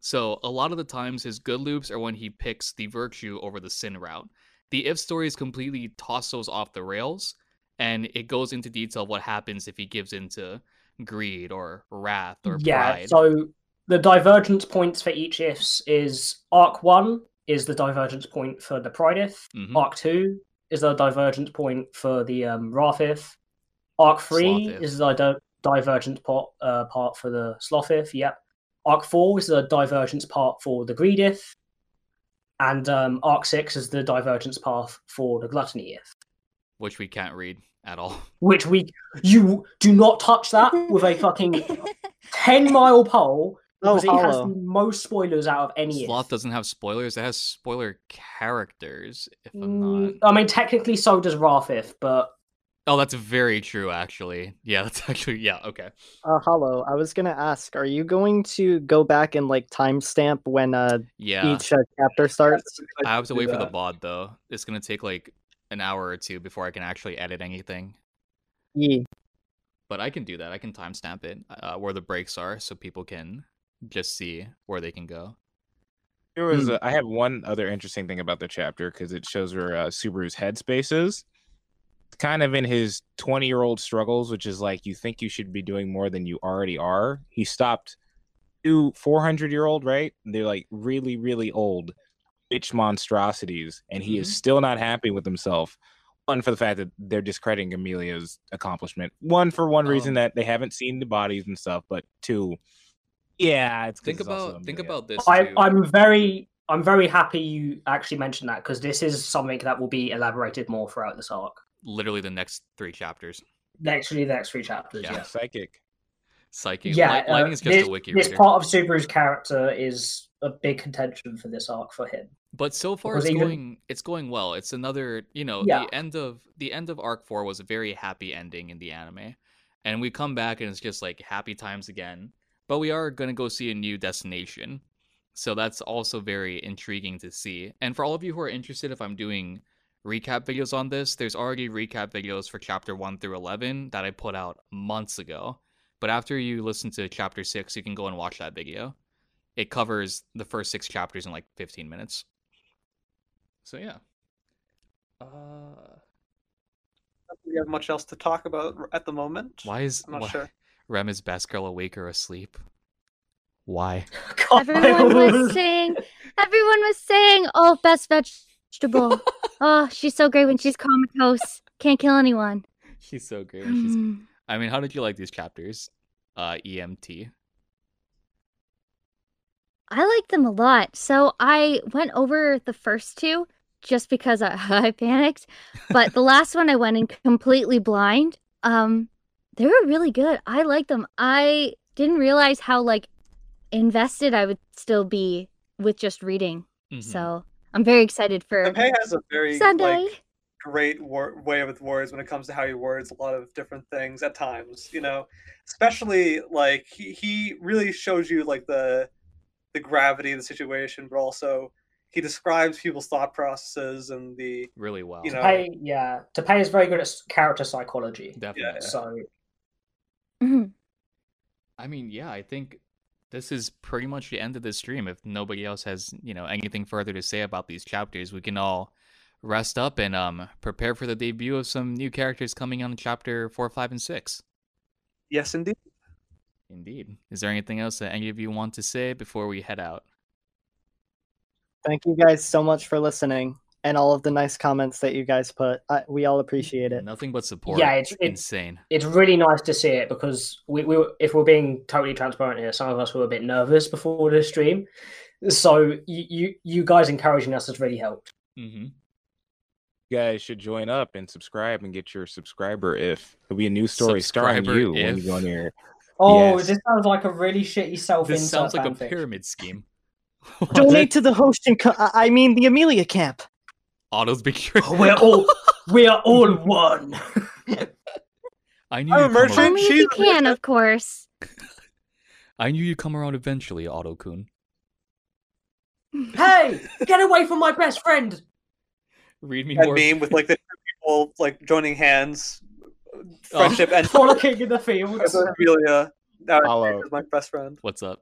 [SPEAKER 1] So a lot of the times his good loops are when he picks the virtue over the sin route. The if stories completely toss those off the rails, and it goes into detail of what happens if he gives in to greed or wrath or pride.
[SPEAKER 5] so the divergence points for each ifs is arc one is the divergence point for the pride if,
[SPEAKER 1] Mhm.
[SPEAKER 5] arc two is the divergence point for the um, wrath if, arc three
[SPEAKER 1] Sloth if.
[SPEAKER 5] is the di- divergence part uh, part for the sloth if. Yep, arc four is the divergence part for the greed if, and um, arc six is the divergence path for the gluttony if.
[SPEAKER 1] which we can't read at all.
[SPEAKER 5] Which we you do not touch that with a
[SPEAKER 6] [LAUGHS]
[SPEAKER 5] fucking ten mile pole
[SPEAKER 2] Oh,
[SPEAKER 5] because it has the
[SPEAKER 2] hollow.
[SPEAKER 5] most spoilers out of any.
[SPEAKER 1] Sloth
[SPEAKER 5] if.
[SPEAKER 1] doesn't have spoilers. It has spoiler characters, if I'm not.
[SPEAKER 5] oh. Mm, I mean, technically, so does Rafif, but
[SPEAKER 1] Oh, that's very true, actually. Yeah, [LAUGHS] that's actually yeah. Okay.
[SPEAKER 2] Uh, hello. I was gonna ask, are you going to go back and like timestamp when uh
[SPEAKER 1] Yeah,
[SPEAKER 2] each uh, chapter
[SPEAKER 5] [LAUGHS]
[SPEAKER 2] starts?
[SPEAKER 1] I have to
[SPEAKER 4] do
[SPEAKER 1] wait for the
[SPEAKER 4] that.
[SPEAKER 1] bod though. It's gonna take like an hour or two before I can actually edit anything.
[SPEAKER 2] Ye.
[SPEAKER 1] But I can do that. I can timestamp it uh, where the breaks are, so people can just see where they can go.
[SPEAKER 3] There was
[SPEAKER 1] Hmm.
[SPEAKER 3] a, I have one other interesting thing about the chapter because it shows where uh, Subaru's headspace is. Kind of in his 20 year old struggles, which is like you think you should be doing more than you already are. He stopped two 400 year old, right? They're like really, really old bitch monstrosities, and he
[SPEAKER 1] Mhm.
[SPEAKER 3] is still not happy with himself. One for the fact that they're discrediting Amelia's accomplishment. One for one reason
[SPEAKER 1] Um,
[SPEAKER 3] that they haven't seen the bodies and stuff, but two, yeah, it's 'cause
[SPEAKER 1] Think
[SPEAKER 3] it's also
[SPEAKER 1] about think
[SPEAKER 3] Amelia.
[SPEAKER 1] about this.
[SPEAKER 5] I,
[SPEAKER 1] too.
[SPEAKER 5] I'm very I'm very happy you actually mentioned that because this is something that will be elaborated more throughout this arc.
[SPEAKER 1] literally the next three chapters.
[SPEAKER 5] Actually, the next three chapters.
[SPEAKER 1] Yeah.
[SPEAKER 5] Yeah,
[SPEAKER 3] Yeah, psychic.
[SPEAKER 1] Psychic.
[SPEAKER 5] yeah.
[SPEAKER 1] Light- Lightning's
[SPEAKER 5] uh,
[SPEAKER 1] just
[SPEAKER 5] this,
[SPEAKER 1] a wiki
[SPEAKER 5] this
[SPEAKER 1] reader.
[SPEAKER 5] part of Subaru's character is a big contention for this arc for him. [LAUGHS]
[SPEAKER 1] But so far
[SPEAKER 5] was
[SPEAKER 1] it's
[SPEAKER 5] even-
[SPEAKER 1] going it's going well. It's another you know,
[SPEAKER 5] Yeah.
[SPEAKER 1] the end of the end of arc four was a very happy ending in the anime. And we come back and it's just like happy times again. But we are gonna go see a new destination. So that's also very intriguing to see. And for all of you who are interested, if I'm doing recap videos on this, there's already recap videos for chapter one through eleven that I put out months ago. But after you listen to chapter six, you can go and watch that video. It covers the first six chapters in like 15 minutes. So yeah. Uh,
[SPEAKER 4] I don't think We have much else to talk about r- at the moment.
[SPEAKER 1] why is
[SPEAKER 4] I'm not
[SPEAKER 1] why-
[SPEAKER 4] sure.
[SPEAKER 1] [LAUGHS] Rem is best girl awake or asleep? Why? [LAUGHS]
[SPEAKER 5] God,
[SPEAKER 6] Everyone was
[SPEAKER 5] Miles.
[SPEAKER 6] saying, everyone was saying, oh,
[SPEAKER 5] [LAUGHS]
[SPEAKER 6] best vegetable. oh, she's so great when she's comatose. Can't kill anyone.
[SPEAKER 1] She's so great. When she's...
[SPEAKER 6] Mm.
[SPEAKER 1] I mean, how did you like these chapters? Uh, EMT.
[SPEAKER 6] I like them a lot. So I went over the first two just because I, [LAUGHS] I panicked, but the last one I went in completely blind. Um, they were really good. I like them. I didn't realize how like invested I would still be with just reading.
[SPEAKER 1] Mhm.
[SPEAKER 6] So I'm very excited for
[SPEAKER 4] Pei has a very
[SPEAKER 6] Sunday.
[SPEAKER 4] like great wor- way with words when it comes to how he words a lot of different things at times you know especially like he, he really shows you like the the gravity of the situation but also he describes people's thought processes and the
[SPEAKER 1] Really well. [LAUGHS]
[SPEAKER 4] You know,
[SPEAKER 5] Pei, yeah, Tepei is very good at s- character psychology.
[SPEAKER 1] Definitely.
[SPEAKER 4] yeah.
[SPEAKER 5] So
[SPEAKER 6] Mhm.
[SPEAKER 1] I mean, yeah, I think this is pretty much the end of this stream. If nobody else has, you know, anything further to say about these chapters, we can all rest up and um prepare for the debut of some new characters coming on in chapter four, five, and six.
[SPEAKER 4] yes indeed
[SPEAKER 1] Indeed. Is there anything else that any of you want to say before we head out?
[SPEAKER 2] Thank you guys so much for listening and all of the nice comments that you guys put. I, we all appreciate it.
[SPEAKER 1] Nothing but support.
[SPEAKER 5] Yeah, it's- it's-
[SPEAKER 1] insane.
[SPEAKER 5] it's really nice to see it because we, we were- if we're being totally transparent here, some of us were a bit nervous before the stream. So you you, you guys encouraging us has really helped.
[SPEAKER 1] Mm-hmm.
[SPEAKER 3] You guys should join up and subscribe and get your subscriber if it'll be a new story starring
[SPEAKER 1] Subscriber
[SPEAKER 3] you when you
[SPEAKER 1] if.
[SPEAKER 3] go on here.
[SPEAKER 5] Oh,
[SPEAKER 3] Yes.
[SPEAKER 5] this sounds like a really shitty self
[SPEAKER 1] This sounds like a
[SPEAKER 5] fanfic.
[SPEAKER 1] pyramid scheme.
[SPEAKER 2] Donate to the hosting. Co- I- I mean, the Amelia camp.
[SPEAKER 1] Auto's betrayal. [LAUGHS]
[SPEAKER 5] Oh, we're all we are all one.
[SPEAKER 1] I knew you'd
[SPEAKER 4] I'm
[SPEAKER 1] come
[SPEAKER 4] emerging.
[SPEAKER 1] around.
[SPEAKER 6] Only if you
[SPEAKER 4] Jesus.
[SPEAKER 6] can, of course.
[SPEAKER 1] I knew you'd come around eventually, Auto Kun.
[SPEAKER 5] hey, get away from my best friend.
[SPEAKER 1] Read me
[SPEAKER 4] that
[SPEAKER 1] more.
[SPEAKER 4] meme with like the two people like joining hands friendship and
[SPEAKER 5] Frolicking in the [LAUGHS] fields.
[SPEAKER 4] Amelia uh,
[SPEAKER 3] Follow.
[SPEAKER 4] [LAUGHS] is my best friend
[SPEAKER 1] What's up?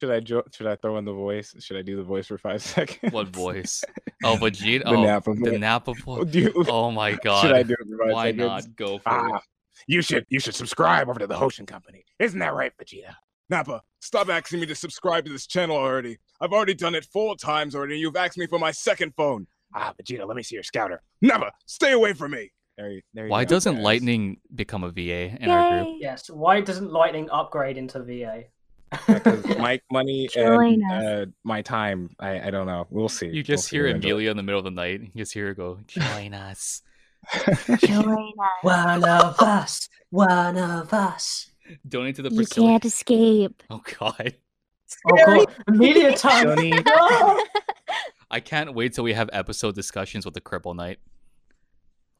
[SPEAKER 3] Should I jo- should I throw in the voice? Should I do the voice for five [LAUGHS] seconds?
[SPEAKER 1] What voice? Oh, Vegeta.
[SPEAKER 3] the
[SPEAKER 1] Oh,
[SPEAKER 3] Napa
[SPEAKER 1] the
[SPEAKER 3] voice.
[SPEAKER 1] Napa boy.
[SPEAKER 3] [LAUGHS] Do you-
[SPEAKER 1] Oh my god.
[SPEAKER 3] [LAUGHS] Should I do it for five
[SPEAKER 1] Why
[SPEAKER 3] seconds?
[SPEAKER 1] not go for
[SPEAKER 3] Ah,
[SPEAKER 1] it?
[SPEAKER 3] you should you should subscribe over to the Hoshin Company. Isn't that right, Vegeta? Nappa, stop asking me to subscribe to this channel already. I've already done it four times already. You've asked me for my second phone. Ah, Vegeta, let me see your scouter. Nappa, stay away from me. There you, there you
[SPEAKER 1] Why
[SPEAKER 3] go,
[SPEAKER 1] doesn't
[SPEAKER 3] guys.
[SPEAKER 1] Lightning become a VA in our group?
[SPEAKER 6] Yay.
[SPEAKER 5] Yes. Why doesn't lightning upgrade into VA? [LAUGHS]
[SPEAKER 3] because my money
[SPEAKER 6] Join
[SPEAKER 3] and
[SPEAKER 6] us.
[SPEAKER 3] uh, my time. I, I don't know. We'll see.
[SPEAKER 1] You just
[SPEAKER 3] We'll see
[SPEAKER 1] hear
[SPEAKER 3] eventually.
[SPEAKER 5] [LAUGHS]
[SPEAKER 1] Amelia in the middle of the night. You just hear her go, join us. [LAUGHS]
[SPEAKER 6] Join us.
[SPEAKER 5] one of us. One of us.
[SPEAKER 1] Donate to the
[SPEAKER 6] You
[SPEAKER 1] Priscilla.
[SPEAKER 6] can't escape.
[SPEAKER 1] Oh god.
[SPEAKER 5] Oh god, Amelia Oh. time. [LAUGHS] No!
[SPEAKER 1] I
[SPEAKER 5] [LAUGHS]
[SPEAKER 1] can't wait till we have episode discussions with the Cripple Knight.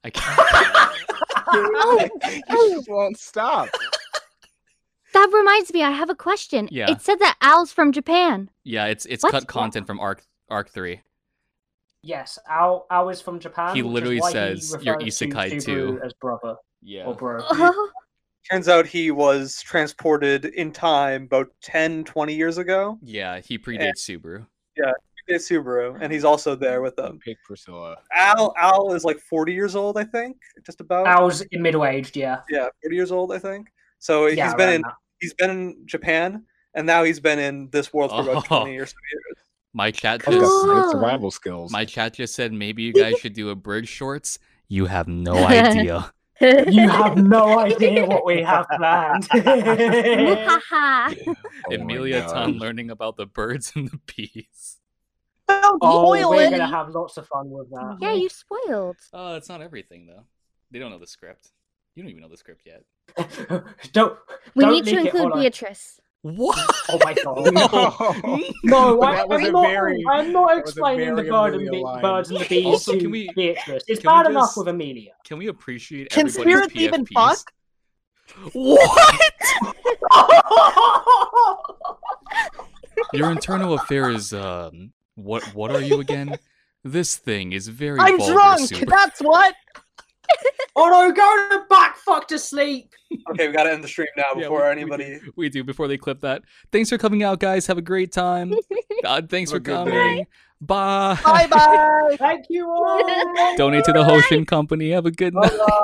[SPEAKER 1] I can't.
[SPEAKER 6] Oh,
[SPEAKER 3] [LAUGHS] you just
[SPEAKER 1] [LAUGHS]
[SPEAKER 3] won't stop.
[SPEAKER 6] That reminds me, I have a question.
[SPEAKER 1] Yeah.
[SPEAKER 6] It said that Al's
[SPEAKER 4] [LAUGHS]
[SPEAKER 6] from Japan.
[SPEAKER 1] Yeah, it's it's
[SPEAKER 6] What?
[SPEAKER 1] cut content from Arc Arc Three.
[SPEAKER 5] Yes, Al, Al is from Japan.
[SPEAKER 1] He
[SPEAKER 5] which is
[SPEAKER 1] literally
[SPEAKER 5] why he
[SPEAKER 1] says, "You're
[SPEAKER 5] refers
[SPEAKER 1] isekai
[SPEAKER 5] Subaru
[SPEAKER 1] too."
[SPEAKER 5] as brother
[SPEAKER 1] Yeah.
[SPEAKER 5] or bro. [LAUGHS]
[SPEAKER 6] Oh,
[SPEAKER 4] Turns out he was transported in time about 10, 20 years ago.
[SPEAKER 1] Yeah, he predates Subaru.
[SPEAKER 4] It's Subaru, and he's also there with them.
[SPEAKER 3] Pick Priscilla.
[SPEAKER 4] Al Al is like 40 years old, I think, just about.
[SPEAKER 5] Al's middle aged, yeah.
[SPEAKER 4] Yeah, 40 years old, I think. So
[SPEAKER 5] yeah
[SPEAKER 4] he's been
[SPEAKER 5] around
[SPEAKER 4] in
[SPEAKER 5] that.
[SPEAKER 4] he's been in Japan, and now he's been in this world for about
[SPEAKER 1] Oh.
[SPEAKER 4] 20 or so years.
[SPEAKER 1] My chat
[SPEAKER 3] I've got
[SPEAKER 1] just
[SPEAKER 3] great
[SPEAKER 6] Cool.
[SPEAKER 3] survival skills.
[SPEAKER 1] my chat just said maybe you guys should do a bridge shorts. You have no idea.
[SPEAKER 5] You have [LAUGHS] no idea what we have [LAUGHS] planned.
[SPEAKER 6] [LAUGHS] Muhaha.
[SPEAKER 3] Oh my
[SPEAKER 1] Emilia
[SPEAKER 3] God. [LAUGHS]
[SPEAKER 1] Tan learning about the birds and the bees.
[SPEAKER 5] oh, we're gonna have lots of fun with that.
[SPEAKER 6] yeah, you spoiled.
[SPEAKER 1] Oh, it's not everything though. They don't know the script. You don't even know the script yet.
[SPEAKER 5] [LAUGHS] don't.
[SPEAKER 6] We
[SPEAKER 5] don't
[SPEAKER 6] need to
[SPEAKER 5] leak it,
[SPEAKER 6] include
[SPEAKER 5] hold on.
[SPEAKER 6] Beatrice. [LAUGHS]
[SPEAKER 1] What?
[SPEAKER 5] Oh [LAUGHS] my god.
[SPEAKER 3] [LAUGHS] No.
[SPEAKER 5] No,
[SPEAKER 3] But
[SPEAKER 5] I,
[SPEAKER 3] that was
[SPEAKER 5] am
[SPEAKER 3] a
[SPEAKER 5] not,
[SPEAKER 3] very-
[SPEAKER 5] I'm not
[SPEAKER 3] that was a
[SPEAKER 5] explaining the
[SPEAKER 3] very
[SPEAKER 5] bird and,
[SPEAKER 3] Amelia
[SPEAKER 5] be,
[SPEAKER 3] line.
[SPEAKER 5] birds and the bees
[SPEAKER 1] Also,
[SPEAKER 5] to
[SPEAKER 1] can we-
[SPEAKER 5] Beatrice. It's
[SPEAKER 1] can we
[SPEAKER 5] bad enough
[SPEAKER 1] just-
[SPEAKER 5] with Amelia. [LAUGHS]
[SPEAKER 1] Can we appreciate
[SPEAKER 8] Can
[SPEAKER 1] everybody's
[SPEAKER 8] spirits even
[SPEAKER 1] PFPs?
[SPEAKER 8] fuck?
[SPEAKER 1] What? Your internal affair is um what what are you again? This thing is
[SPEAKER 8] [LAUGHS]
[SPEAKER 1] very
[SPEAKER 8] I'm
[SPEAKER 1] vulgar,
[SPEAKER 8] drunk.
[SPEAKER 1] Super. [LAUGHS]
[SPEAKER 8] That's what.
[SPEAKER 5] Oh no, go to the back, fuck to sleep.
[SPEAKER 4] Okay, we got to end the stream now
[SPEAKER 1] Yeah,
[SPEAKER 4] before
[SPEAKER 1] we- we do.
[SPEAKER 4] anybody
[SPEAKER 1] we do before they clip that. Thanks for coming out, guys. Have a great
[SPEAKER 8] [LAUGHS]
[SPEAKER 1] time. Uh, thanks
[SPEAKER 3] Have
[SPEAKER 1] for
[SPEAKER 3] a good
[SPEAKER 1] coming. Bye.
[SPEAKER 8] Bye bye.
[SPEAKER 1] [LAUGHS]
[SPEAKER 5] [LAUGHS] Thank you all.
[SPEAKER 1] Donate to the Hoshin Company. Have a good night.